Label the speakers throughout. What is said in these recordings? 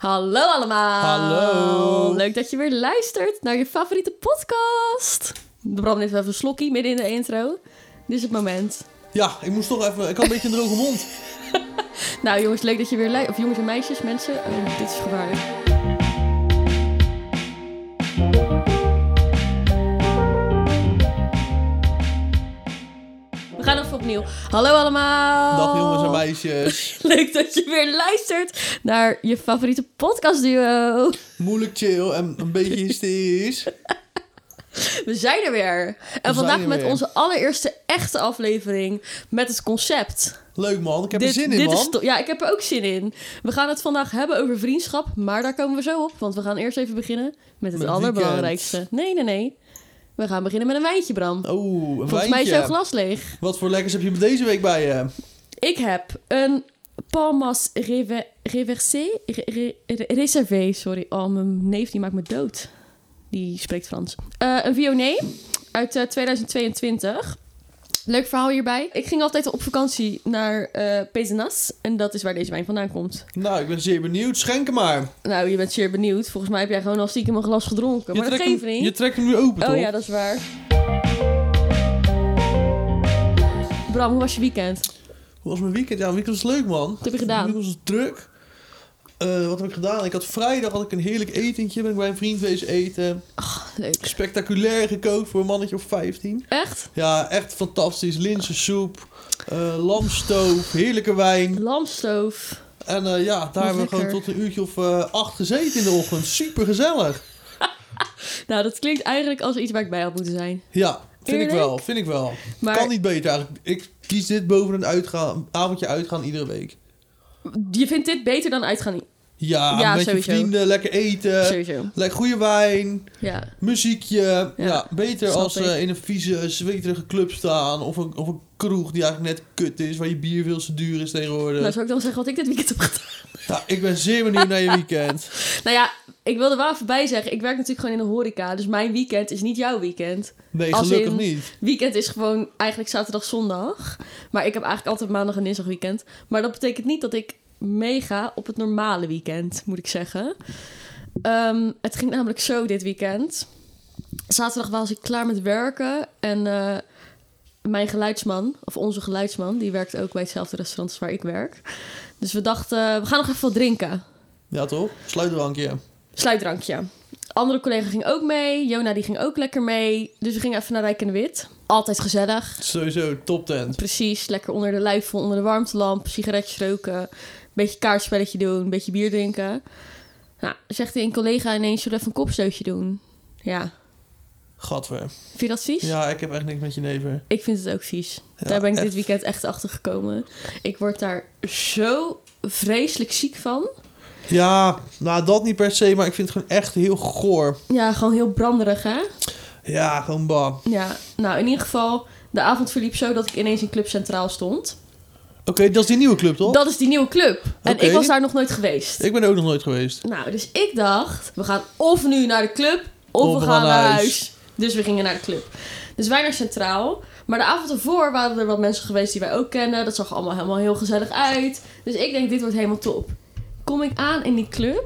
Speaker 1: Hallo allemaal!
Speaker 2: Hallo.
Speaker 1: Leuk dat je weer luistert naar je favoriete podcast. Bram heeft even een slokkie midden in de intro. Dit is het moment.
Speaker 2: Ja, ik moest toch even. Ik had een beetje een droge mond.
Speaker 1: Nou jongens, leuk dat je weer luistert. Of jongens en meisjes, mensen. Oh, dit is gevaarlijk. We gaan even opnieuw. Hallo allemaal!
Speaker 2: Dag jongens en meisjes.
Speaker 1: Leuk dat je weer luistert naar je favoriete podcastduo.
Speaker 2: Moeilijk chill en een beetje hysterisch.
Speaker 1: We zijn er weer. En
Speaker 2: er
Speaker 1: vandaag met
Speaker 2: weer.
Speaker 1: onze allereerste echte aflevering met het concept.
Speaker 2: Leuk man, ik heb
Speaker 1: dit,
Speaker 2: er zin in
Speaker 1: dit
Speaker 2: man.
Speaker 1: Is to- ja, ik heb er ook zin in. We gaan het vandaag hebben over vriendschap, maar daar komen we zo op. Want we gaan eerst even beginnen met het
Speaker 2: Met het
Speaker 1: allerbelangrijkste. Nee, nee, nee. We gaan beginnen met een wijntje, Bram.
Speaker 2: Oh, een
Speaker 1: Volgens mij is jouw
Speaker 2: wijntje.
Speaker 1: glas leeg.
Speaker 2: Wat voor lekkers heb je deze week bij je?
Speaker 1: Ik heb een Palmas Reve- Reversé... Re- Re- Re- Reservé, sorry. Oh, mijn neef die maakt me dood. Die spreekt Frans. Eh, een Viognier uit eh, 2022. Leuk verhaal hierbij. Ik ging altijd op vakantie naar eh Pezenas. En dat is waar deze wijn vandaan komt.
Speaker 2: Nou, ik ben zeer benieuwd. Schenk hem maar.
Speaker 1: Nou, je bent zeer benieuwd. Volgens mij heb jij gewoon al stiekem een glas gedronken.
Speaker 2: je,
Speaker 1: maar dat
Speaker 2: trekt
Speaker 1: geeft
Speaker 2: hem,
Speaker 1: niet.
Speaker 2: je trekt hem nu open toch?
Speaker 1: Oh ja, dat is waar. Bram, hoe was je weekend?
Speaker 2: Hoe was mijn weekend? Ja, mijn weekend was leuk man. Wat
Speaker 1: heb je gedaan?
Speaker 2: Mijn weekend was druk. Eh, wat heb ik gedaan? Ik had vrijdag had ik een heerlijk etentje. Ben ik bij een vriend wezen eten.
Speaker 1: Leuk.
Speaker 2: Spectaculair gekookt voor een mannetje of 15.
Speaker 1: Echt?
Speaker 2: Ja, echt fantastisch. Linzensoep, eh lamstoof, heerlijke wijn.
Speaker 1: Lamstoof.
Speaker 2: En eh, ja, daar hebben we
Speaker 1: lekker.
Speaker 2: gewoon tot een uurtje of eh, acht gezeten in de ochtend. Super gezellig.
Speaker 1: Nou, dat klinkt eigenlijk als iets waar ik bij had moeten zijn.
Speaker 2: Ja, vind
Speaker 1: Eerlijk?
Speaker 2: ik wel, vind ik wel.
Speaker 1: Maar-
Speaker 2: Kan niet beter eigenlijk. Ik kies dit boven een uitgaan, avondje uitgaan iedere week.
Speaker 1: Je vindt dit beter dan uitgaan?
Speaker 2: Ja,
Speaker 1: Ja,
Speaker 2: met
Speaker 1: sowieso.
Speaker 2: je vrienden, lekker eten,
Speaker 1: Sowieso.
Speaker 2: lekker goede wijn,
Speaker 1: Ja.
Speaker 2: muziekje. Ja, beter
Speaker 1: snap
Speaker 2: als
Speaker 1: ik.
Speaker 2: eh, in een vieze, zweterige club staan of een, of een kroeg die eigenlijk net kut is, waar je bier veel te duur is tegenwoordig.
Speaker 1: Nou, zou ik dan zeggen wat ik dit weekend heb gedaan?
Speaker 2: Nou, ik ben zeer benieuwd naar je weekend.
Speaker 1: Nou ja, ik wilde wel even bij zeggen. Ik werk natuurlijk gewoon in de horeca. Dus mijn weekend is niet jouw weekend.
Speaker 2: Nee,
Speaker 1: Als
Speaker 2: gelukkig
Speaker 1: in-
Speaker 2: niet.
Speaker 1: Weekend is gewoon eigenlijk zaterdag, zondag. Maar ik heb eigenlijk altijd maandag en dinsdag weekend. Maar dat betekent niet dat ik meega op het normale weekend, moet ik zeggen. Ehm, het ging namelijk zo dit weekend. Zaterdag was ik klaar met werken. En eh, mijn geluidsman, of onze geluidsman, die werkt ook bij hetzelfde restaurant als waar ik werk. Dus we dachten, we gaan nog even wat drinken.
Speaker 2: Ja, toch? Sluitdrankje.
Speaker 1: Sluitdrankje. Andere collega ging ook mee. Jona die ging ook lekker mee. Dus we gingen even naar Rijk en de Wit. Altijd gezellig.
Speaker 2: Sowieso top tent.
Speaker 1: Precies, lekker onder de luifel, onder de warmtelamp, sigaretjes roken, een beetje kaartspelletje doen, een beetje bier drinken. Nou, zegt een collega ineens, zullen we even een kopstootje doen? Ja,
Speaker 2: Gadver.
Speaker 1: vind je dat vies?
Speaker 2: Ja, ik heb echt niks met je neven.
Speaker 1: Ik vind het ook vies.
Speaker 2: Ja,
Speaker 1: daar ben ik dit
Speaker 2: echt.
Speaker 1: weekend echt achter gekomen. Ik word daar zo vreselijk ziek van.
Speaker 2: Ja, nou dat niet per se, maar ik vind het gewoon echt heel goor.
Speaker 1: Ja, gewoon heel branderig, hè?
Speaker 2: Ja, gewoon bah. Oké,
Speaker 1: Ja, nou in ieder geval, de avond verliep zo dat ik ineens in Club Centraal stond.
Speaker 2: dat is die nieuwe club toch?
Speaker 1: Dat is die nieuwe club. En
Speaker 2: Oké.
Speaker 1: ik was daar nog nooit geweest.
Speaker 2: Ik ben er ook nog nooit geweest.
Speaker 1: Nou, dus ik dacht, we gaan of nu naar de club, of, we gaan naar huis. Dus we gingen naar de club. Dus wij naar Centraal. Maar de avond ervoor waren er wat mensen geweest die wij ook kennen. Dat zag er allemaal helemaal heel gezellig uit. Dus ik denk, dit wordt helemaal top. Kom ik aan in die club,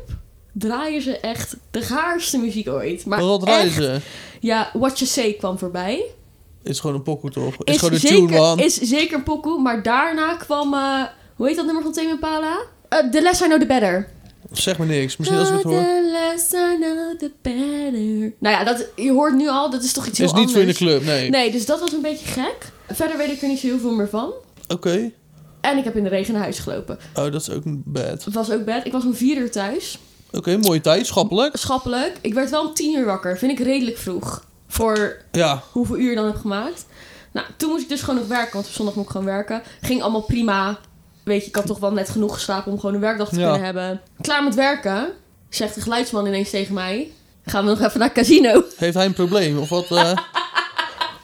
Speaker 1: draaien ze echt de gaarste muziek ooit. Maar
Speaker 2: Maar wat
Speaker 1: echt,
Speaker 2: reizen?
Speaker 1: Ja, What You Say kwam voorbij.
Speaker 2: Is gewoon een pokoe toch? Is,
Speaker 1: Is,
Speaker 2: gewoon een
Speaker 1: zeker,
Speaker 2: tune man.
Speaker 1: is zeker een pokoe. Maar daarna kwam, eh, hoe heet dat nummer van Tame Impala? Eh, the Less I Know The Better.
Speaker 2: Zeg me niks. Misschien als ik het
Speaker 1: The
Speaker 2: hoor.
Speaker 1: less I know, the better. Nou ja, dat, je hoort nu al, dat is toch iets heel
Speaker 2: Is niet
Speaker 1: anders.
Speaker 2: voor in de club, nee.
Speaker 1: Nee, dus dat was een beetje gek. Verder weet ik er niet zo heel veel meer van.
Speaker 2: Oké.
Speaker 1: En ik heb in de regen naar huis gelopen.
Speaker 2: Oh, dat is ook een bad.
Speaker 1: Het was ook bed. Ik was om vier uur thuis.
Speaker 2: Oké, mooie tijd, schappelijk.
Speaker 1: Schappelijk. Ik werd wel om tien uur wakker. Vind ik redelijk vroeg. Voor
Speaker 2: Ja,
Speaker 1: hoeveel uur je dan heb gemaakt. Nou, toen moest ik dus gewoon nog werken. Want op zondag moet ik gewoon werken. Ging allemaal prima. Weet je, ik had toch wel net genoeg geslapen om gewoon een werkdag te
Speaker 2: Ja.
Speaker 1: kunnen hebben. Klaar met werken, zegt de geluidsman ineens tegen mij. Gaan we nog even naar casino?
Speaker 2: heeft hij een probleem of wat? eh?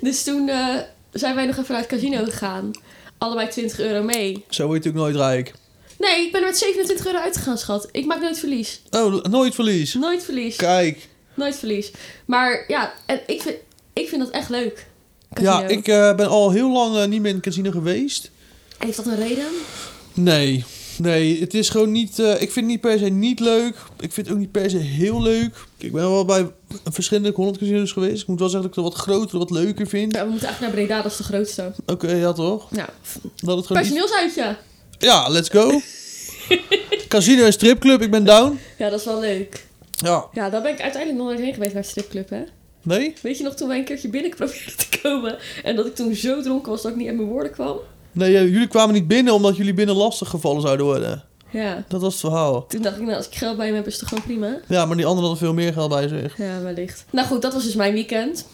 Speaker 1: Dus toen eh, zijn wij nog even naar het casino gegaan. Allebei 20 euro mee.
Speaker 2: Zo word je natuurlijk nooit rijk.
Speaker 1: Nee, ik ben er met 27 euro uitgegaan, schat. Ik maak nooit verlies.
Speaker 2: Oh, nooit verlies.
Speaker 1: Nooit verlies.
Speaker 2: Kijk.
Speaker 1: Nooit verlies. Maar ja, en ik, vind, ik vind dat echt leuk. Casino.
Speaker 2: Ja, ik eh, ben al heel lang eh, niet meer in het casino geweest.
Speaker 1: Heeft dat een reden?
Speaker 2: Nee. Nee, het is gewoon niet. eh, ik vind het niet per se niet leuk. Ik vind het ook niet per se heel leuk. Ik ben wel bij verschillende Holland casinos geweest. Ik moet wel zeggen dat ik het wat groter, wat leuker vind.
Speaker 1: Ja, we moeten eigenlijk naar Breda, dat is de grootste.
Speaker 2: Oké, ja toch?
Speaker 1: Ja.
Speaker 2: Dat het gewoon niet-
Speaker 1: Personeelsuitje.
Speaker 2: Ja, let's go. Casino en stripclub, ik ben down.
Speaker 1: Ja, dat is wel leuk.
Speaker 2: Ja.
Speaker 1: Ja, daar ben ik uiteindelijk nog nooit heen geweest naar de stripclub, hè.
Speaker 2: Nee?
Speaker 1: Weet je nog toen wij een keertje binnen probeerden te komen en dat ik toen zo dronken was dat ik niet uit mijn woorden kwam?
Speaker 2: Nee, eh, jullie kwamen niet binnen omdat jullie binnen lastig gevallen zouden worden.
Speaker 1: Ja.
Speaker 2: Dat was het verhaal.
Speaker 1: Toen dacht ik, nou, als ik geld bij hem heb, is het toch gewoon prima?
Speaker 2: Ja, maar die anderen hadden veel meer geld bij zich.
Speaker 1: Ja, wellicht. Nou goed, dat was dus mijn weekend.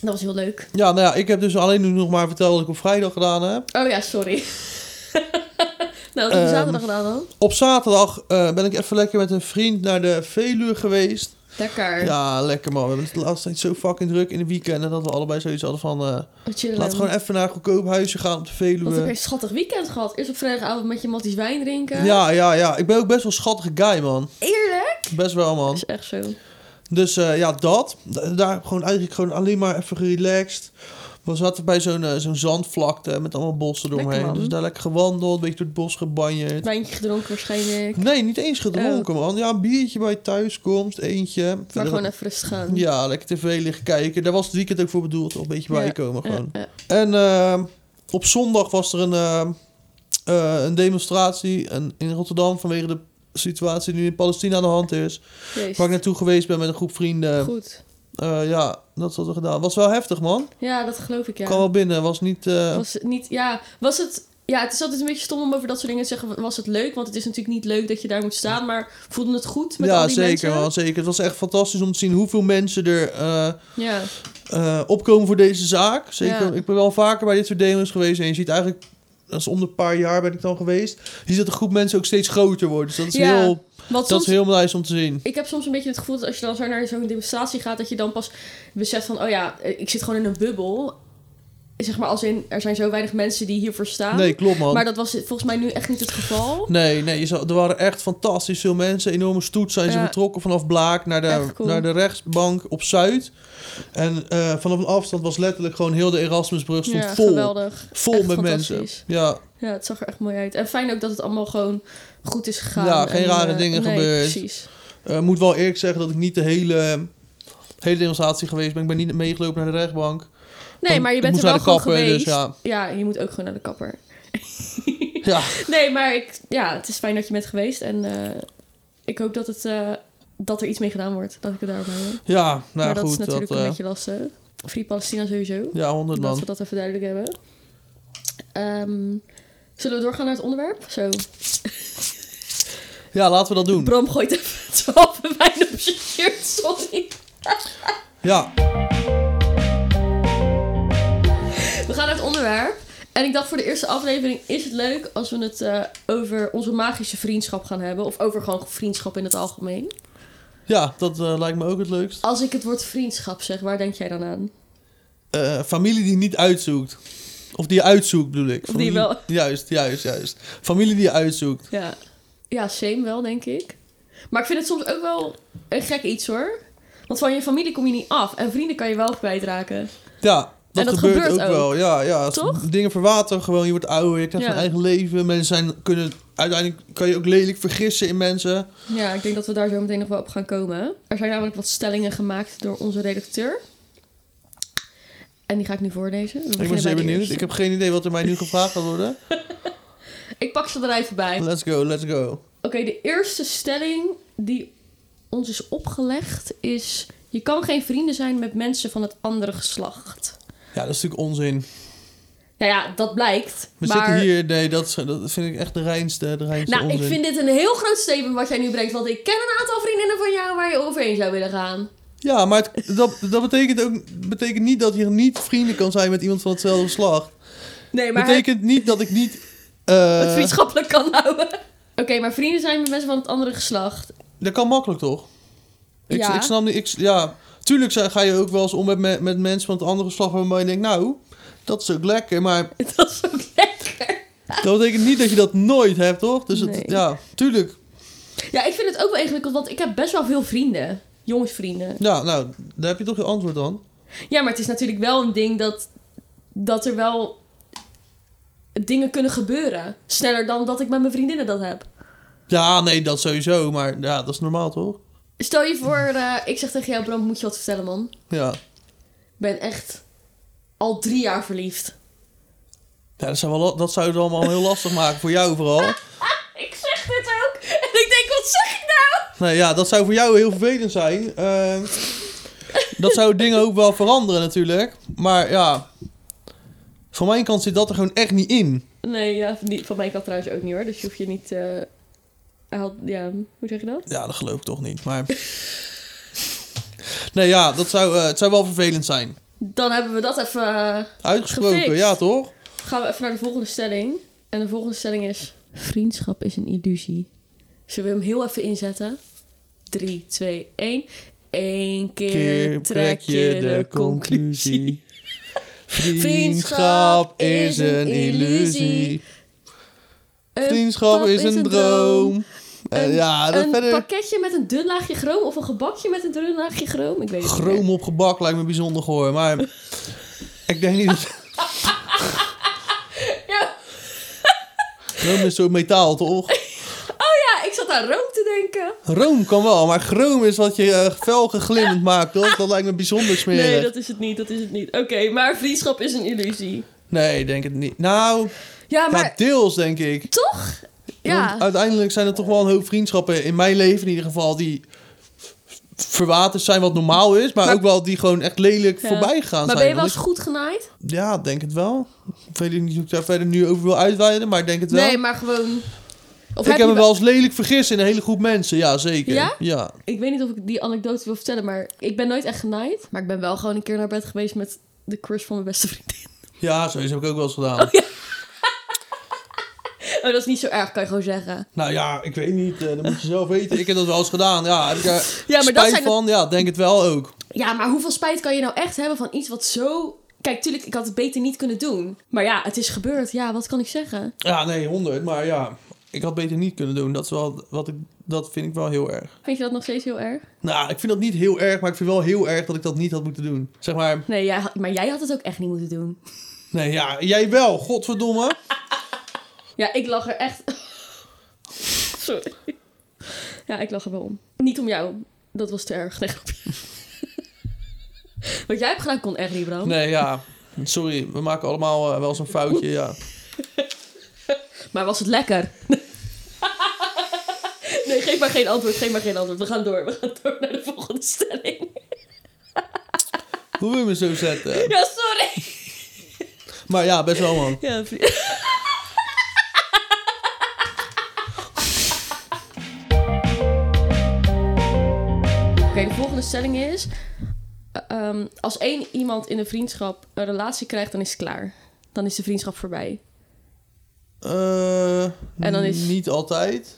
Speaker 1: Dat was heel leuk.
Speaker 2: Ja, nou ja, ik heb dus alleen nu nog maar verteld wat ik op vrijdag gedaan heb.
Speaker 1: Oh ja, sorry. nou, wat heb je
Speaker 2: Ehm,
Speaker 1: zaterdag gedaan dan?
Speaker 2: Op zaterdag eh, ben ik even lekker met een vriend naar de Veluwe geweest.
Speaker 1: Lekker.
Speaker 2: Ja, lekker man. We hebben het de laatste tijd zo fucking druk in de weekenden dat we allebei zoiets hadden van... eh,
Speaker 1: Chillen.
Speaker 2: laten we gewoon even naar een goedkoop huisje gaan op de
Speaker 1: Wat heb je een
Speaker 2: Veluwe.
Speaker 1: schattig weekend gehad. Eerst op vrijdagavond met je matties wijn drinken.
Speaker 2: Ja, ja, ja. Ik ben ook best wel een schattige guy, man.
Speaker 1: Eerlijk?
Speaker 2: Best wel,
Speaker 1: Dat
Speaker 2: man.
Speaker 1: is echt zo.
Speaker 2: Dus eh, ja, dat. Da- Daar gewoon eigenlijk gewoon alleen maar even gerelaxed. We zaten bij zo'n eh, zo'n zandvlakte met allemaal bossen
Speaker 1: Lekker,
Speaker 2: eromheen.
Speaker 1: man.
Speaker 2: Dus daar lekker gewandeld, een beetje door het bos gebanjeerd.
Speaker 1: Wijntje gedronken waarschijnlijk.
Speaker 2: Nee, niet eens gedronken, man. Ja, een biertje bij thuiskomst, eentje.
Speaker 1: Oh. Maar
Speaker 2: Verder-
Speaker 1: gewoon even rustig gaan.
Speaker 2: Ja, lekker tv liggen kijken. Daar was het weekend ook voor bedoeld. Een beetje
Speaker 1: Ja,
Speaker 2: bijkomen
Speaker 1: Ja,
Speaker 2: gewoon.
Speaker 1: ja.
Speaker 2: En ehm, op zondag was er een, ehm, eh, een demonstratie en- in Rotterdam vanwege de situatie die nu in Palestina aan de hand is.
Speaker 1: Jezus.
Speaker 2: Waar ik naartoe geweest ben met een groep vrienden.
Speaker 1: Goed.
Speaker 2: Eh, ja, dat is wat we gedaan. Was wel heftig, man.
Speaker 1: Ja, dat geloof ik ja.
Speaker 2: Kwam wel binnen. Was niet... eh,
Speaker 1: Was het niet, ja, was het. Ja, het is altijd een beetje stom om over dat soort dingen te zeggen. Was het leuk? Want het is natuurlijk niet leuk dat je daar moet staan. Maar voelde het goed met al
Speaker 2: ja,
Speaker 1: die
Speaker 2: zeker
Speaker 1: mensen?
Speaker 2: man, zeker. Het was echt fantastisch om te zien hoeveel mensen er eh,
Speaker 1: Ja,
Speaker 2: eh, opkomen voor deze zaak. Zeker,
Speaker 1: Ja.
Speaker 2: ik ben wel vaker bij dit soort demos geweest. En je ziet eigenlijk, dat is om de paar jaar ben ik dan geweest. Je ziet dat de groep mensen ook steeds groter wordt. Dus dat is,
Speaker 1: Ja,
Speaker 2: heel,
Speaker 1: want
Speaker 2: dat
Speaker 1: soms...
Speaker 2: is heel nice om te zien.
Speaker 1: Ik heb soms een beetje het gevoel dat als je dan zo naar zo'n demonstratie gaat... dat je dan pas beseft van... oh ja, eh, ik zit gewoon in een bubbel. Zeg maar als in, er zijn zo weinig mensen die hiervoor staan.
Speaker 2: Nee, klopt man.
Speaker 1: maar dat was volgens mij nu echt niet het geval.
Speaker 2: Nee, nee je zag- er waren echt fantastisch veel mensen. Enorme stoet zijn ze
Speaker 1: Ja.
Speaker 2: vertrokken vanaf Blaak naar de,
Speaker 1: Echt cool.
Speaker 2: naar de rechtsbank op Zuid. En eh, vanaf een afstand was letterlijk gewoon heel de Erasmusbrug stond
Speaker 1: ja,
Speaker 2: vol.
Speaker 1: geweldig.
Speaker 2: Vol
Speaker 1: Echt
Speaker 2: met mensen.
Speaker 1: fantastisch.
Speaker 2: Ja,
Speaker 1: Ja, het zag er echt mooi uit. En fijn ook dat het allemaal gewoon goed is gegaan.
Speaker 2: Ja, geen
Speaker 1: En,
Speaker 2: rare
Speaker 1: eh,
Speaker 2: dingen
Speaker 1: nee,
Speaker 2: gebeurd.
Speaker 1: precies.
Speaker 2: Eh, moet wel eerlijk zeggen dat ik niet de hele, hele demonstratie geweest ben. Ik ben niet meegelopen naar de rechtbank.
Speaker 1: Nee,
Speaker 2: Want
Speaker 1: maar je
Speaker 2: ik
Speaker 1: bent er
Speaker 2: moest
Speaker 1: wel
Speaker 2: naar de
Speaker 1: gewoon
Speaker 2: kapper, dus
Speaker 1: geweest.
Speaker 2: ja.
Speaker 1: ja, je moet ook gewoon naar de kapper.
Speaker 2: Ja,
Speaker 1: Nee, maar ik, ja, het is fijn dat je bent geweest. En eh, ik hoop dat, het, eh, dat er iets mee gedaan wordt. Dat ik het daarop hou.
Speaker 2: ja nou
Speaker 1: maar dat is
Speaker 2: goed. Dat,
Speaker 1: natuurlijk een
Speaker 2: eh,
Speaker 1: beetje lastig. Free Palestina sowieso.
Speaker 2: ja, 100
Speaker 1: Dat we
Speaker 2: man.
Speaker 1: dat even duidelijk hebben. Ehm, zullen we doorgaan naar het onderwerp? Zo.
Speaker 2: Ja, laten we dat doen.
Speaker 1: Bram gooit even het halve wijn op zijn shirt. Sorry.
Speaker 2: Ja,
Speaker 1: We gaan naar het onderwerp. En ik dacht voor de eerste aflevering is het leuk als we het eh, over onze magische vriendschap gaan hebben. Of over gewoon vriendschap in het algemeen.
Speaker 2: ja dat eh, lijkt me ook het leukst.
Speaker 1: Als ik het woord vriendschap zeg, waar denk jij dan aan?
Speaker 2: Eh, familie die niet uitzoekt. Of die je uitzoekt, bedoel ik.
Speaker 1: Of die wel-
Speaker 2: Juist, juist, juist. Familie die je uitzoekt.
Speaker 1: Ja. Ja, same wel, denk ik. Maar ik vind het soms ook wel een gek iets hoor. Want van je familie kom je niet af. En vrienden kan je wel kwijtraken.
Speaker 2: Ja, dat,
Speaker 1: dat
Speaker 2: gebeurt,
Speaker 1: gebeurt
Speaker 2: ook,
Speaker 1: ook.
Speaker 2: wel. Ja, ja.
Speaker 1: Toch?
Speaker 2: Dingen verwateren gewoon. Je wordt ouder, je krijgt
Speaker 1: Ja.
Speaker 2: een eigen leven. Mensen zijn, kunnen... Uiteindelijk kan je ook lelijk vergissen in mensen.
Speaker 1: Ja, ik denk dat we daar zo meteen nog wel op gaan komen. Er zijn namelijk wat stellingen gemaakt door onze redacteur. En die ga ik nu voorlezen. We
Speaker 2: Ik
Speaker 1: beginnen
Speaker 2: ben
Speaker 1: bij
Speaker 2: zeer
Speaker 1: de
Speaker 2: benieuwd.
Speaker 1: eerste.
Speaker 2: Ik heb geen idee wat er mij nu gevraagd gaat worden.
Speaker 1: ik pak ze er even bij.
Speaker 2: Let's go, let's go.
Speaker 1: Oké, de eerste stelling die ons is opgelegd is... Je kan geen vrienden zijn met mensen van het andere geslacht.
Speaker 2: Ja, dat is natuurlijk onzin.
Speaker 1: Nou ja, dat blijkt.
Speaker 2: We
Speaker 1: maar...
Speaker 2: zitten hier, nee, dat, is- dat vind ik echt de reinste, de reinste
Speaker 1: Nou,
Speaker 2: onzin.
Speaker 1: ik vind dit een heel groot statement wat jij nu brengt. Want ik ken een aantal vriendinnen van jou waar je overheen zou willen gaan.
Speaker 2: Ja, maar het- dat, dat betekent ook betekent niet dat je niet vrienden kan zijn met iemand van hetzelfde geslacht.
Speaker 1: Nee,
Speaker 2: Dat
Speaker 1: maar
Speaker 2: betekent niet dat ik niet... eh,
Speaker 1: het, het vriendschappelijk kan houden. Oké, maar vrienden zijn met mensen van het andere geslacht.
Speaker 2: dat kan makkelijk, toch? Ik,
Speaker 1: Ja.
Speaker 2: ik snap niet... Ik, ja, tuurlijk zijn- ga je ook wel eens om met, me- met mensen van het andere geslacht... waarvan je denkt, nou, dat is ook lekker. Maar
Speaker 1: Dat is ook lekker.
Speaker 2: dat betekent niet dat je dat nooit hebt, toch? Dus het,
Speaker 1: Nee.
Speaker 2: ja, tuurlijk.
Speaker 1: Ja, ik vind het ook wel ingewikkeld, want ik heb best wel veel vrienden. Jongensvrienden.
Speaker 2: Ja, nou, daar heb je toch je antwoord dan?
Speaker 1: Ja, maar het is natuurlijk wel een ding dat, dat er wel dingen kunnen gebeuren. Sneller dan dat ik met mijn vriendinnen dat heb.
Speaker 2: Ja, nee, dat sowieso. Maar ja, dat is normaal, toch?
Speaker 1: Stel je voor, eh, ik zeg tegen jou, Bram, moet je wat vertellen, man.
Speaker 2: Ja.
Speaker 1: Ik ben echt al drie jaar verliefd.
Speaker 2: ja dat, zou wel, dat zou het allemaal heel lastig maken. Voor jou vooral.
Speaker 1: Ik zeg dit ook. En ik denk, wat zeg ik nou?
Speaker 2: Nee, ja, dat zou voor jou heel vervelend zijn. Eh, dat zou dingen ook wel veranderen natuurlijk. Maar ja, van mijn kant zit dat er gewoon echt niet in.
Speaker 1: Nee, ja, van die- van mijn kant trouwens ook niet hoor. Dus je hoeft je niet... eh, hij had- ja, hoe zeg je dat?
Speaker 2: Ja, dat geloof ik toch niet. Maar... Nee, ja, dat zou, eh, het zou wel vervelend zijn.
Speaker 1: Dan hebben we dat even... eh,
Speaker 2: Uitgesproken,
Speaker 1: Gefixt.
Speaker 2: ja toch?
Speaker 1: gaan we even naar de volgende stelling. En de volgende stelling is... Vriendschap is een illusie. Zullen we hem heel even inzetten? 3, 2, 1. Eén keer, trek je de conclusie.
Speaker 2: Vriendschap is een illusie. Vriendschap
Speaker 1: pap
Speaker 2: is een droom. En
Speaker 1: Een-
Speaker 2: ja, dat
Speaker 1: een
Speaker 2: verder.
Speaker 1: pakketje met een dun laagje groom of een gebakje met een dun laagje groom? Ik weet het niet. meer.
Speaker 2: Groom op gebak lijkt me bijzonder hoor. Maar ik denk niet dat.
Speaker 1: Ja.
Speaker 2: Groom is zo metaal toch?
Speaker 1: ja, ik zat aan room te denken.
Speaker 2: Room kan wel, maar groom is wat je eh, fel geglimmend maakt, toch? Dat lijkt me bijzonder smerig.
Speaker 1: Nee,
Speaker 2: Nee,
Speaker 1: dat is het niet, dat is het niet. Oké, maar vriendschap is een illusie.
Speaker 2: ik denk het niet. Nou,
Speaker 1: Ja, maar
Speaker 2: ja, deels denk ik.
Speaker 1: toch? Ja.
Speaker 2: Want uiteindelijk zijn er toch wel een hoop vriendschappen in mijn leven in ieder geval die verwaterd zijn wat normaal is, maar,
Speaker 1: Maar-
Speaker 2: ook wel die gewoon echt lelijk
Speaker 1: Ja.
Speaker 2: voorbij gaan
Speaker 1: maar ben
Speaker 2: zijn.
Speaker 1: je wel
Speaker 2: Want
Speaker 1: eens goed genaaid?
Speaker 2: ik- Ja, denk het wel. Ik weet niet of ik daar verder nu over wil uitweiden, maar ik denk het wel.
Speaker 1: Nee, maar gewoon... Of
Speaker 2: ik heb
Speaker 1: je
Speaker 2: me wel eens lelijk vergist in een hele groep mensen, ja zeker.
Speaker 1: Ja?
Speaker 2: ja.
Speaker 1: Ik weet niet of ik die anekdote wil vertellen, maar ik ben nooit echt genaaid. Maar ik ben wel gewoon een keer naar bed geweest met de crush van mijn beste vriendin.
Speaker 2: Ja, zoiets heb ik ook wel eens gedaan.
Speaker 1: Oh, dat is niet zo erg, kan je gewoon zeggen.
Speaker 2: Nou ja, ik weet niet. eh, dat moet je zelf weten. Ik heb dat wel eens gedaan. Ja, heb ik er
Speaker 1: Ja, maar dat
Speaker 2: spijt
Speaker 1: zijn de-
Speaker 2: van? Ja, denk het wel ook.
Speaker 1: Ja, maar hoeveel spijt kan je nou echt hebben van iets wat zo... Kijk, tuurlijk, ik had het beter niet kunnen doen. Maar ja, het is gebeurd. Ja, wat kan ik zeggen?
Speaker 2: Ja, nee, 100. Maar ja, ik had beter niet kunnen doen. Dat, is wel, wat ik, dat vind ik wel heel erg.
Speaker 1: Vind je dat nog steeds heel erg?
Speaker 2: Nou, ik vind dat niet heel erg, maar ik vind wel heel erg dat ik dat niet had moeten doen. Zeg maar,
Speaker 1: Nee, jij had- maar jij had het ook echt niet moeten doen.
Speaker 2: nee, ja, jij wel, godverdomme.
Speaker 1: Ja, ik lag er echt... Sorry. Ja, ik lag er wel om. Niet om jou. Dat was te erg. Nee, grapje. Wat jij hebt gedaan kon echt niet, bro.
Speaker 2: Nee, ja, sorry, we maken allemaal eh, wel eens een foutje, ja.
Speaker 1: Maar was het lekker? nee, geef maar geen antwoord. Geef maar geen antwoord. We gaan door. We gaan door naar de volgende stelling.
Speaker 2: Hoe wil je me zo zetten?
Speaker 1: Ja, sorry.
Speaker 2: Maar ja, best wel, man.
Speaker 1: Ja, vri- Oké, de volgende stelling is... eh, ehm, als één iemand in een vriendschap een relatie krijgt, dan is het klaar. Dan is de vriendschap voorbij.
Speaker 2: Eh,
Speaker 1: En dan is-
Speaker 2: Niet altijd.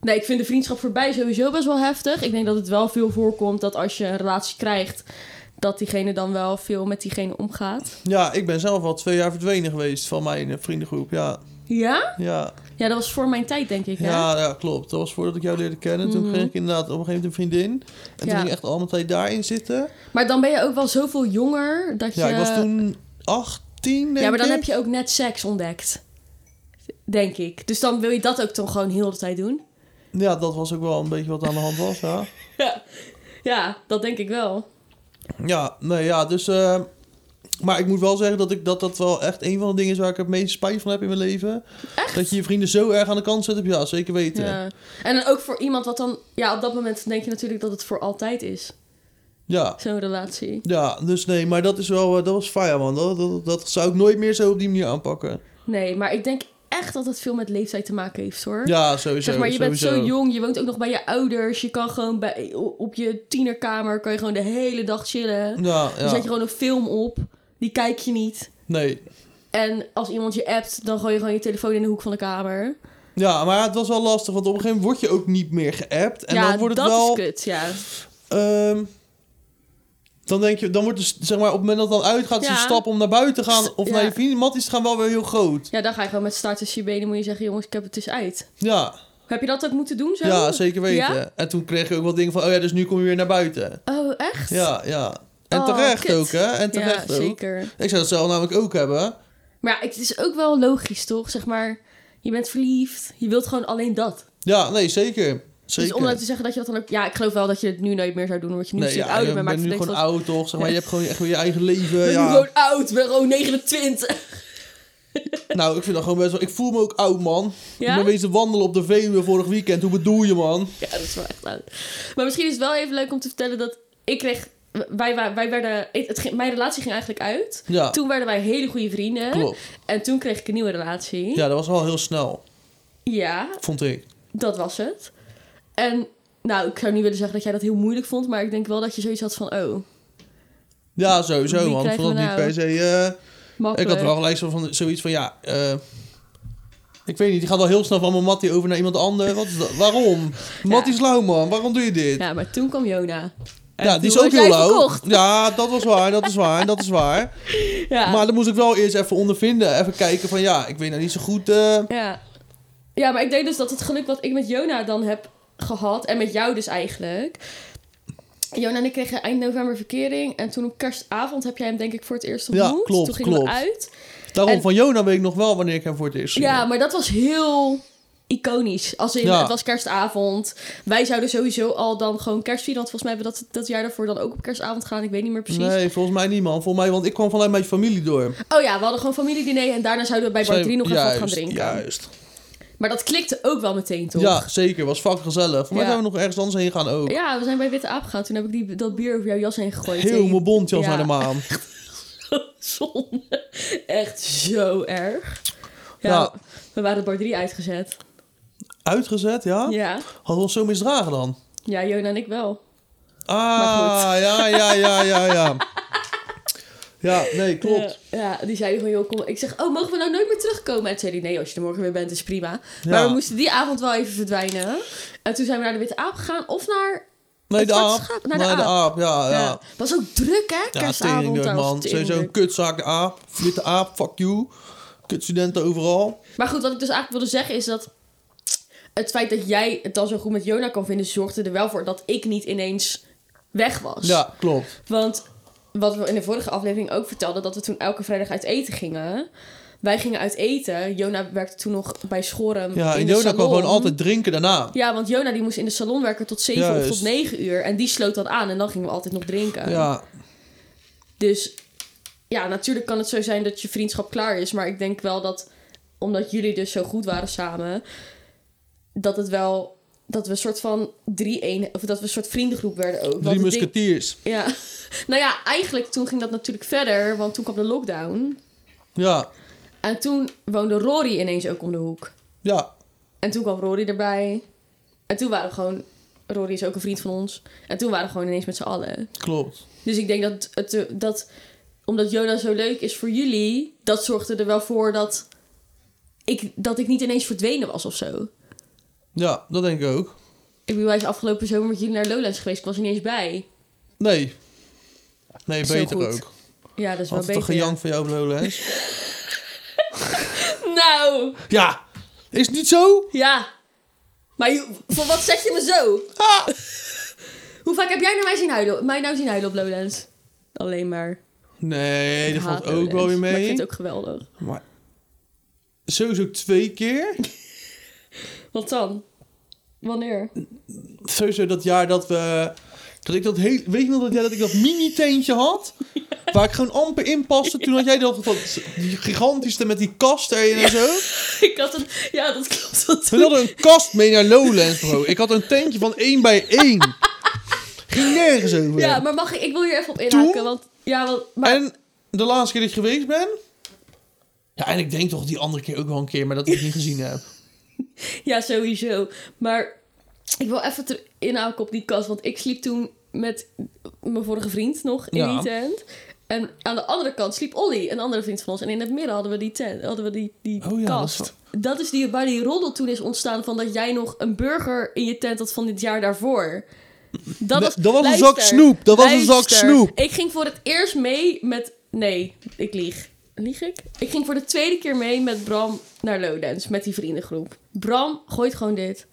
Speaker 1: Nee, ik vind de vriendschap voorbij sowieso best wel heftig. Ik denk dat het wel veel voorkomt dat als je een relatie krijgt... dat diegene dan wel veel met diegene omgaat.
Speaker 2: Ja, ik ben zelf al twee jaar verdwenen geweest van mijn eh, vriendengroep, ja.
Speaker 1: Ja?
Speaker 2: Ja,
Speaker 1: Ja, dat was voor mijn tijd, denk ik, hè?
Speaker 2: Ja, ja, klopt. Dat was voordat ik jou leerde kennen. Toen kreeg ik inderdaad op een gegeven moment een vriendin. En toen
Speaker 1: Mhm. Ja.
Speaker 2: ging ik echt al meteen daarin zitten.
Speaker 1: Maar dan ben je ook wel zoveel jonger dat je...
Speaker 2: Ja, ik was toen 18, denk
Speaker 1: Ja, maar dan
Speaker 2: ik.
Speaker 1: heb je ook net seks ontdekt. Denk ik. Dus dan wil je dat ook dan gewoon heel de tijd doen.
Speaker 2: Ja, dat was ook wel een beetje wat aan de hand was, ja.
Speaker 1: Ja, ja dat denk ik wel.
Speaker 2: Ja, nee, ja, dus... eh, maar ik moet wel zeggen dat, ik, dat dat wel echt een van de dingen is waar ik het meest spijt van heb in mijn leven. Dat je je vrienden zo erg aan de kant zet, heb je ja, zeker weten. Ja,
Speaker 1: Ja. En dan ook voor iemand wat dan... Ja, op dat moment denk je natuurlijk dat het voor altijd is.
Speaker 2: ja.
Speaker 1: Zo'n relatie.
Speaker 2: dus nee, maar dat is wel... eh, dat was fire, man. Dat, dat, dat zou ik nooit meer zo op die manier aanpakken.
Speaker 1: Nee, maar ik denk echt dat het veel met leeftijd te maken heeft, hoor.
Speaker 2: Ja, sowieso.
Speaker 1: Hm? Zeg maar, je bent
Speaker 2: sowieso.
Speaker 1: zo jong, je woont ook nog bij je ouders. Je kan gewoon bij, op je tienerkamer kan je gewoon de hele dag chillen.
Speaker 2: Ja,
Speaker 1: Dan zet je
Speaker 2: ja.
Speaker 1: gewoon een film op, die kijk je niet.
Speaker 2: Nee,
Speaker 1: En als iemand je appt, dan gooi je gewoon je telefoon in de hoek van de kamer.
Speaker 2: Ja, maar het was wel lastig, want op een gegeven moment word je ook niet meer geappt. En
Speaker 1: ja,
Speaker 2: dan wordt het
Speaker 1: dat
Speaker 2: wel.
Speaker 1: is kut, ja.
Speaker 2: ehm, dan denk je, dan wordt dus, zeg maar, op het moment dat het dan uitgaat, is
Speaker 1: Ja.
Speaker 2: een stap om naar buiten te gaan of
Speaker 1: Ja.
Speaker 2: naar je vrienden. Mat is het gaan wel weer heel groot.
Speaker 1: Ja, dan ga je gewoon met staart tussen je benen moet je zeggen, jongens, ik heb het dus uit.
Speaker 2: Ja,
Speaker 1: Heb je dat ook moeten doen zo?
Speaker 2: ja zeker weten.
Speaker 1: Ja?
Speaker 2: En toen kreeg je ook wel dingen van, oh ja, dus nu kom je weer naar buiten.
Speaker 1: Oh, echt?
Speaker 2: Ja, ja. En
Speaker 1: Oh,
Speaker 2: terecht
Speaker 1: kut.
Speaker 2: ook, hè? En terecht
Speaker 1: ja,
Speaker 2: ook.
Speaker 1: zeker.
Speaker 2: Ik zou dat zelf namelijk ook hebben.
Speaker 1: Maar ja, het is ook wel logisch, toch? Zeg maar, je bent verliefd. Je wilt gewoon alleen dat.
Speaker 2: Ja, nee, zeker. Zeker.
Speaker 1: Dus om nou te zeggen dat je dat dan ook... Ja, ik geloof wel dat je het nu nooit meer zou doen, omdat je nu een stuk ouder bent. Maar
Speaker 2: ben
Speaker 1: ik
Speaker 2: nu
Speaker 1: denk
Speaker 2: gewoon
Speaker 1: dat...
Speaker 2: oud, toch? Zeg maar, je hebt gewoon echt weer je eigen leven.
Speaker 1: ben nu
Speaker 2: Ja.
Speaker 1: gewoon oud. ben gewoon 29.
Speaker 2: Nou, ik vind dat gewoon best wel... Ik voel me ook oud, man.
Speaker 1: Ja?
Speaker 2: Ik ben wezen wandelen op de Veluwe vorig weekend. Hoe bedoel je, man?
Speaker 1: Ja, dat is wel echt oud. Maar misschien is het wel even leuk om te vertellen dat ik kreeg... Wij, wa- wij werden... Het, ging- mijn relatie ging eigenlijk uit.
Speaker 2: Ja,
Speaker 1: Toen werden wij hele goede vrienden.
Speaker 2: Ah. klopt.
Speaker 1: En toen kreeg ik een nieuwe relatie.
Speaker 2: Ja, dat was wel heel snel,
Speaker 1: Ja,
Speaker 2: vond ik.
Speaker 1: dat was het. En nou, ik zou niet willen zeggen dat jij dat heel moeilijk vond, maar ik denk wel dat je zoiets had van, oh,
Speaker 2: Ja, sowieso,
Speaker 1: Wie
Speaker 2: man. Ik
Speaker 1: krijgen
Speaker 2: vond
Speaker 1: we
Speaker 2: dat niet
Speaker 1: nou? eh,
Speaker 2: per se... eh,
Speaker 1: makkelijk.
Speaker 2: Ik had wel gelijk zo van, zoiets van, ja... eh, ik weet niet, die gaat wel heel snel van mijn mattie over naar iemand anders. Wat is dat? Waarom? Mattie is lauw, man. Waarom doe je dit?
Speaker 1: Ja, maar toen kwam Jona.
Speaker 2: Ja, die is
Speaker 1: toen
Speaker 2: ook
Speaker 1: werd
Speaker 2: heel
Speaker 1: jij
Speaker 2: lauw.
Speaker 1: verkocht.
Speaker 2: Ja, dat was waar, dat is waar, dat is waar.
Speaker 1: Ja.
Speaker 2: Maar dan moest ik wel eerst even ondervinden. Even kijken van, ja, ik weet nou niet zo goed... eh,
Speaker 1: ja. ja, maar ik denk dus dat het geluk wat ik met Jona dan heb gehad, en met jou dus eigenlijk. Jona en ik kregen eind november verkering. En toen op kerstavond heb jij hem denk ik voor het eerst
Speaker 2: Ja,
Speaker 1: ontmoet.
Speaker 2: klopt,
Speaker 1: toen gingen
Speaker 2: klopt.
Speaker 1: we uit.
Speaker 2: Daarom,
Speaker 1: En-
Speaker 2: van Jona weet ik nog wel wanneer ik hem voor het eerst zie.
Speaker 1: Ja, maar dat was heel iconisch. Als in,
Speaker 2: Ja.
Speaker 1: het was kerstavond. Wij zouden sowieso al dan gewoon kerst vieren. Want volgens mij hebben we dat, dat jaar daarvoor dan ook op kerstavond gedaan. Ik weet niet meer precies.
Speaker 2: Nee, volgens mij niet, man. Volgens mij, want ik kwam vanuit mijn familie door.
Speaker 1: Oh ja, we hadden gewoon familiediner. En daarna zouden we bij Bart
Speaker 2: Zij-
Speaker 1: 3 nog even wat gaan
Speaker 2: juist,
Speaker 1: drinken.
Speaker 2: Juist.
Speaker 1: Maar dat klikte ook wel meteen, toch?
Speaker 2: Ja, zeker. Was fucking gezellig. Voor mij
Speaker 1: Ja.
Speaker 2: zijn we nog ergens anders heen gaan ook.
Speaker 1: Ja, we zijn bij Witte Aap gegaan. Toen heb ik die, dat bier over jouw jas heen gegooid.
Speaker 2: Heel
Speaker 1: Hey.
Speaker 2: mijn bontjas
Speaker 1: Ja.
Speaker 2: naar de maan.
Speaker 1: Zonde. Echt zo erg. Ja,
Speaker 2: Ja.
Speaker 1: we waren Bart 3 uitgezet.
Speaker 2: Uitgezet, ja?
Speaker 1: Ja.
Speaker 2: Hadden we ons zo misdragen dan?
Speaker 1: Ja, Jona en ik wel. Maar
Speaker 2: Ah, ja, ja, ja, ja, ja. Ja, nee, klopt.
Speaker 1: Ja, Eh, ja, die zeiden van, joh, kom. Ik zeg, oh, mogen we nou nooit meer terugkomen? En toen zei hij, nee, als je er morgen weer bent, is prima.
Speaker 2: Ja.
Speaker 1: Maar we moesten die avond wel even verdwijnen. En toen zijn we naar de Witte Aap gegaan. Of naar...
Speaker 2: Nee,
Speaker 1: Het
Speaker 2: de
Speaker 1: zwarte
Speaker 2: aap.
Speaker 1: schaap
Speaker 2: nee, de aap, Oh, ja,
Speaker 1: Ja.
Speaker 2: ja.
Speaker 1: Was ook druk, hè?
Speaker 2: Ja,
Speaker 1: Kerstavond.
Speaker 2: tering,
Speaker 1: daar was
Speaker 2: man.
Speaker 1: tering
Speaker 2: Sowieso een
Speaker 1: druk.
Speaker 2: kutzak, de aap. Witte aap, fuck you. Kutstudenten overal.
Speaker 1: Maar goed, wat ik dus eigenlijk wilde zeggen is dat... Het feit dat jij het dan zo goed met Jona kan vinden... zorgde er wel voor dat ik niet ineens weg was.
Speaker 2: Ja, klopt.
Speaker 1: Want wat we in de vorige aflevering ook vertelden... dat we toen elke vrijdag uit eten gingen... Wij gingen uit eten. Jona werkte toen nog bij Schorum.
Speaker 2: Ja,
Speaker 1: in
Speaker 2: en
Speaker 1: de
Speaker 2: Jona kwam
Speaker 1: salon.
Speaker 2: gewoon altijd drinken daarna.
Speaker 1: Ja, want Jona die moest in de salon werken tot 7 of
Speaker 2: Juist.
Speaker 1: tot 9 uur. En die sloot dan aan en dan gingen we altijd nog drinken.
Speaker 2: Ja,
Speaker 1: Dus ja, natuurlijk kan het zo zijn dat je vriendschap klaar is. Maar ik denk wel dat, omdat jullie dus zo goed waren samen, dat het wel. Dat we een soort van drie een of dat we een soort vriendengroep werden ook. Want
Speaker 2: drie
Speaker 1: het ding-
Speaker 2: musketiers.
Speaker 1: ja. Nou ja, eigenlijk toen ging dat natuurlijk verder, want toen kwam de lockdown.
Speaker 2: Ja,
Speaker 1: En toen woonde Rory ineens ook om de hoek.
Speaker 2: ja.
Speaker 1: En toen kwam Rory erbij. En toen waren we gewoon... Rory is ook een vriend van ons. En toen waren we gewoon ineens met z'n allen.
Speaker 2: Klopt.
Speaker 1: Dus ik denk dat, het, eh, dat omdat Jona zo leuk is voor jullie... dat zorgde er wel voor dat ik, dat ik niet ineens verdwenen was of zo.
Speaker 2: Ja, dat denk ik ook.
Speaker 1: Ik bedoel, hij is afgelopen zomer met jullie naar Lowlands geweest. Ik was er niet eens bij.
Speaker 2: Nee. Nee,
Speaker 1: Zo
Speaker 2: beter
Speaker 1: goed.
Speaker 2: ook.
Speaker 1: Ja, dat is wel
Speaker 2: Altijd een
Speaker 1: beter. ja.
Speaker 2: gejank van jou op Lowlands.
Speaker 1: Nou,
Speaker 2: ja, is het niet zo?
Speaker 1: ja. Maar je- voor wat zet je me zo?
Speaker 2: Ah!
Speaker 1: Hoe vaak heb jij naar mij, zien huilen, mij nou zien huilen op Lowlands? Alleen maar.
Speaker 2: Nee, dat
Speaker 1: Ik haat
Speaker 2: valt ook wel
Speaker 1: Lowlands,
Speaker 2: weer
Speaker 1: Maar ik
Speaker 2: mee.
Speaker 1: vind het ook geweldig.
Speaker 2: Maar sowieso twee keer.
Speaker 1: Wat dan? Wanneer?
Speaker 2: Sowieso dat jaar dat we... Dat ik dat heel, weet je nog dat jij dat ik dat mini-teentje had? Waar ik gewoon amper in paste. Toen had jij dat, dat die gigantischste met die kast erin en zo.
Speaker 1: ik had het. Ja, dat klopt. Dat
Speaker 2: We hadden een kast mee naar Lowlands, bro. Ik had een tentje van één bij één. Ging nergens over.
Speaker 1: Ja, maar mag ik? Ik wil hier even op inhaken.
Speaker 2: Toen?
Speaker 1: Want. Ja, want. Maar,
Speaker 2: En de laatste keer dat je geweest bent... Ja, en ik denk toch die andere keer ook wel een keer, maar dat ik het niet gezien heb.
Speaker 1: Ja, sowieso. Maar ik wil even ter- inhaken op die kast. Want ik sliep toen met mijn vorige vriend nog in
Speaker 2: Ja.
Speaker 1: die tent. En aan de andere kant sliep Olly, een andere vriend van ons. En in het midden hadden we die tent, hadden we die, die
Speaker 2: Oh ja, dat
Speaker 1: kast.
Speaker 2: is
Speaker 1: Dat is... die, waar die roddel toen is ontstaan van dat jij nog een burger in je tent had van dit jaar daarvoor. Dat was,
Speaker 2: dat was een
Speaker 1: luister,
Speaker 2: zak snoep. Dat was een zak
Speaker 1: luister.
Speaker 2: snoep.
Speaker 1: Ik ging voor het eerst mee met... Nee, ik lieg. Lieg ik? Ik ging voor de tweede keer mee met Bram naar Lowlands, met die vriendengroep. Bram gooit gewoon dit.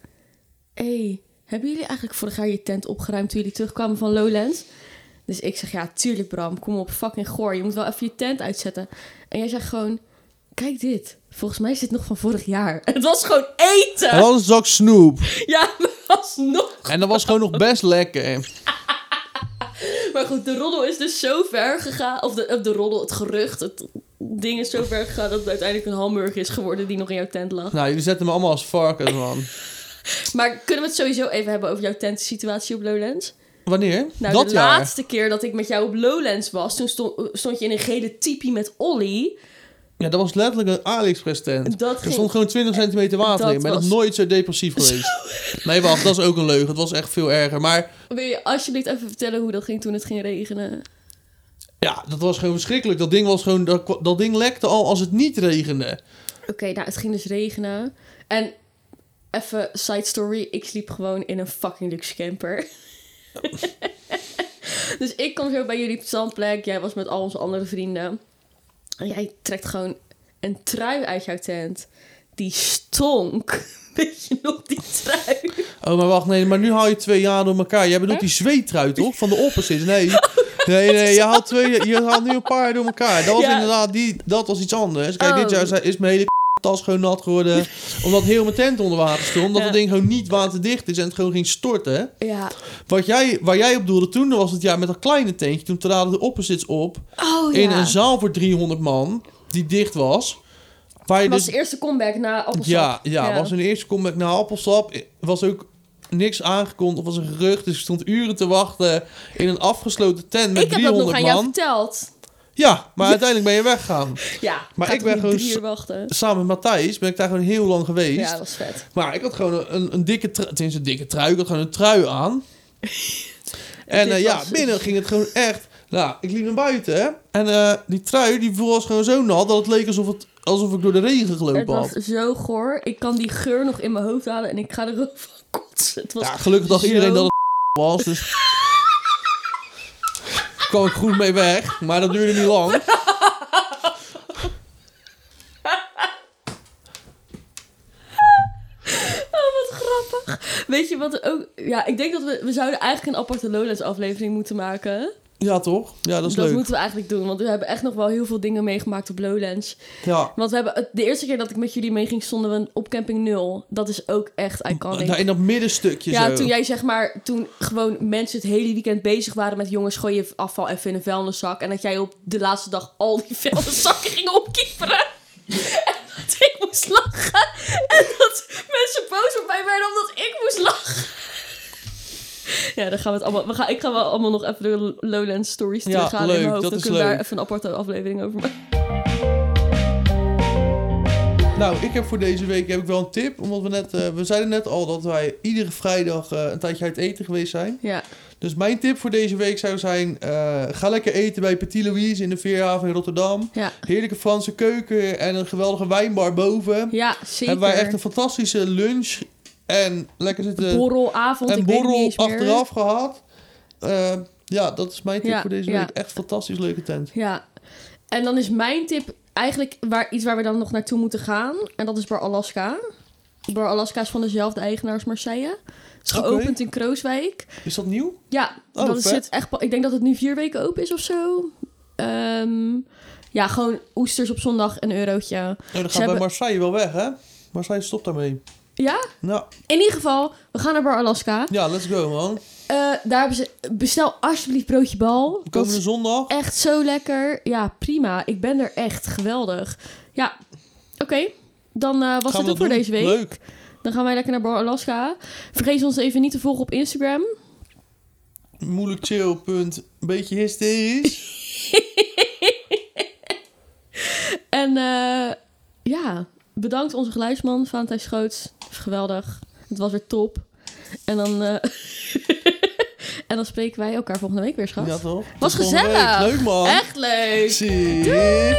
Speaker 1: Hé, hebben jullie eigenlijk vorig jaar je tent opgeruimd toen jullie terugkwamen van Lowlands? Dus ik zeg, ja, tuurlijk Bram, kom op, fucking goor. Je moet wel even je tent uitzetten. En jij zegt gewoon, kijk dit. Volgens mij is dit nog van vorig jaar. En het was gewoon eten.
Speaker 2: En dan een zak snoep.
Speaker 1: Ja, maar alsnog.
Speaker 2: En dat was gewoon nog best lekker.
Speaker 1: Maar goed, de roddel is dus zo ver gegaan. Of de, eh, de roddel, het gerucht, het ding is zo ver gegaan dat het uiteindelijk een hamburger is geworden die nog in jouw tent lag.
Speaker 2: Nou, jullie zetten me allemaal als varkens, man.
Speaker 1: Maar kunnen we het sowieso even hebben over jouw tentsituatie op Lowlands?
Speaker 2: Wanneer?
Speaker 1: Nou,
Speaker 2: dat
Speaker 1: de
Speaker 2: jaar.
Speaker 1: laatste keer dat ik met jou op Lowlands was, toen stond, stond je in een gele tipi met Olly.
Speaker 2: Ja, dat was letterlijk een AliExpress tent.
Speaker 1: Dat
Speaker 2: Er
Speaker 1: ging-
Speaker 2: stond gewoon 20 centimeter water
Speaker 1: Dat
Speaker 2: in. Ik ben nog
Speaker 1: was-
Speaker 2: nooit zo depressief geweest. Nee, wacht, dat is ook een leugen. Het was echt veel erger. Maar
Speaker 1: Wil je alsjeblieft even vertellen hoe dat ging toen het ging regenen?
Speaker 2: ja, dat was gewoon verschrikkelijk. Dat ding, was gewoon, dat, dat ding lekte al als het niet regende.
Speaker 1: Oké, nou, het ging dus regenen. En even side story. Ik sliep gewoon in een fucking luxe camper. dus ik kom zo bij jullie op de zandplek. Jij was met al onze andere vrienden. En jij trekt gewoon een trui uit jouw tent. Die stonk. Weet je nog, die trui?
Speaker 2: Oh, maar wacht, nee, maar nu haal je twee jaren door elkaar. Jij bedoelt die zweetrui, toch? Van de opposites, nee. Nee, nee, je haalt, twee, je haalt nu een paar door elkaar. Dat was
Speaker 1: Ja.
Speaker 2: inderdaad, die, dat was iets anders. Kijk,
Speaker 1: Oh.
Speaker 2: dit jaar zijn- is mijn hele tas gewoon nat geworden. Omdat heel mijn tent onder water stond. Omdat
Speaker 1: Ja.
Speaker 2: het ding gewoon niet waterdicht is en het gewoon ging storten.
Speaker 1: Ja.
Speaker 2: Wat jij, waar jij op doelde toen, dat was het jaar met dat kleine tentje. Toen traden de opposites op
Speaker 1: Oh ja.
Speaker 2: in een zaal voor 300 man, die dicht was. Waar je
Speaker 1: Dat was
Speaker 2: dus
Speaker 1: de eerste comeback na appelsap.
Speaker 2: ja, ja, was hun eerste comeback na appelsap. Was ook niks aangekondigd, was een gerucht. Dus ik stond uren te wachten in een afgesloten tent met
Speaker 1: Ik heb dat nog
Speaker 2: 300
Speaker 1: aan jou
Speaker 2: man.
Speaker 1: verteld.
Speaker 2: Ja, maar uiteindelijk ben je weggegaan.
Speaker 1: Ja,
Speaker 2: Maar
Speaker 1: gaat
Speaker 2: ik
Speaker 1: toch
Speaker 2: ben
Speaker 1: niet
Speaker 2: gewoon
Speaker 1: drie
Speaker 2: s-
Speaker 1: uur wachten.
Speaker 2: Samen met Matthijs ben ik daar gewoon heel lang geweest.
Speaker 1: Ja, dat was vet.
Speaker 2: Maar ik had gewoon een, een, een dikke trui. Tenminste, een dikke trui. Ik had gewoon een trui aan. en
Speaker 1: Dit
Speaker 2: eh, ja,
Speaker 1: was het.
Speaker 2: binnen ging het gewoon echt. Nou, ik liep naar buiten. hè. En eh, die trui die was gewoon zo nat dat het leek alsof, het, alsof ik door de regen
Speaker 1: Het
Speaker 2: gelopen
Speaker 1: was
Speaker 2: had.
Speaker 1: zo goor. Ik kan die geur nog in mijn hoofd halen en ik ga er ook van kotsen. Het was...
Speaker 2: Ja, gelukkig dacht
Speaker 1: zo-
Speaker 2: iedereen dat het was. Dus kwam ik goed mee weg. Maar dat duurde niet lang.
Speaker 1: Oh, wat grappig. Weet je wat er ook... Ja, ik denk dat we... We zouden eigenlijk een aparte Lowlands aflevering moeten maken.
Speaker 2: Ja, toch? Ja, dat is leuk.
Speaker 1: moeten we eigenlijk doen. Want we hebben echt nog wel heel veel dingen meegemaakt op Lowlands.
Speaker 2: Ja.
Speaker 1: Want we hebben... het- De eerste keer dat ik met jullie mee ging, stonden we op camping 0. Dat is ook echt iconic.
Speaker 2: Nou, in dat middenstukje
Speaker 1: Ja,
Speaker 2: zo.
Speaker 1: toen jij zeg maar, toen gewoon mensen het hele weekend bezig waren met jongens, gooi je afval even in een vuilniszak. En dat jij op de laatste dag al die vuilniszakken ging opkieperen. En dat ik moest lachen. En dat mensen boos op mij werden omdat ik moest lachen. Ja, dan gaan we het allemaal. We gaan, ik ga wel allemaal nog even de Lowlands stories
Speaker 2: Ja,
Speaker 1: terughalen in
Speaker 2: leuk,
Speaker 1: mijn hoofd.
Speaker 2: dat
Speaker 1: dan
Speaker 2: is
Speaker 1: kunnen we daar
Speaker 2: leuk.
Speaker 1: even een aparte aflevering over maken.
Speaker 2: Nou, ik heb voor deze week heb ik wel een tip. Omdat we net, eh, we zeiden net al dat wij iedere vrijdag eh, een tijdje uit eten geweest zijn.
Speaker 1: Ja,
Speaker 2: Dus mijn tip voor deze week zou zijn: eh, ga lekker eten bij Petit Louise in de Veerhaven in Rotterdam.
Speaker 1: ja,
Speaker 2: Heerlijke Franse keuken en een geweldige wijnbar boven.
Speaker 1: ja zeker.
Speaker 2: Hebben wij echt een fantastische lunch en lekker zitten
Speaker 1: borrelavond?
Speaker 2: en
Speaker 1: ik weet het niet
Speaker 2: borrel
Speaker 1: eens meer.
Speaker 2: achteraf gehad. Eh, ja, dat is mijn tip
Speaker 1: Ja,
Speaker 2: voor deze
Speaker 1: ja.
Speaker 2: week. Echt fantastisch leuke tent.
Speaker 1: Ja. En dan is mijn tip eigenlijk waar, iets waar we dan nog naartoe moeten gaan. En dat is Bar Alaska. Bar Alaska is van dezelfde eigenaar als Marseille. Het is
Speaker 2: Oké.
Speaker 1: geopend in Krooswijk.
Speaker 2: Is dat nieuw?
Speaker 1: Ja,
Speaker 2: Oh,
Speaker 1: dat is
Speaker 2: vet.
Speaker 1: het echt. pa- Ik denk dat het nu vier weken open is of zo. Ehm, ja, gewoon oesters op zondag, een eurotje.
Speaker 2: Oh, dan gaat bij
Speaker 1: hebben-
Speaker 2: Marseille wel weg, hè? Marseille stopt daarmee.
Speaker 1: Ja,
Speaker 2: Nou,
Speaker 1: in ieder geval, we gaan naar Bar Alaska.
Speaker 2: ja, let's go, man.
Speaker 1: Eh, daar hebben ze. Bestel alsjeblieft broodje bal.
Speaker 2: We
Speaker 1: Dat
Speaker 2: komen
Speaker 1: is
Speaker 2: er zondag.
Speaker 1: echt zo lekker. Ja, prima. Ik ben er echt geweldig. Ja, oké. Dan eh, was
Speaker 2: Gaan
Speaker 1: het
Speaker 2: we
Speaker 1: ook voor
Speaker 2: dat
Speaker 1: deze
Speaker 2: doen?
Speaker 1: week.
Speaker 2: Leuk.
Speaker 1: Dan gaan wij lekker naar Bar Alaska. Vergeet ons even niet te volgen op Instagram.
Speaker 2: Moeilijk chill, punt. Beetje hysterisch.
Speaker 1: En eh, ja, bedankt onze geluidsman, Valentijn Schoots. Geweldig. Het was weer top. En dan, eh, en dan spreken wij elkaar volgende week weer, schat.
Speaker 2: Ja, toch?
Speaker 1: Was
Speaker 2: Tot volgende
Speaker 1: gezellig.
Speaker 2: week. Leuk, man.
Speaker 1: Echt leuk.
Speaker 2: Zie.
Speaker 1: Doei.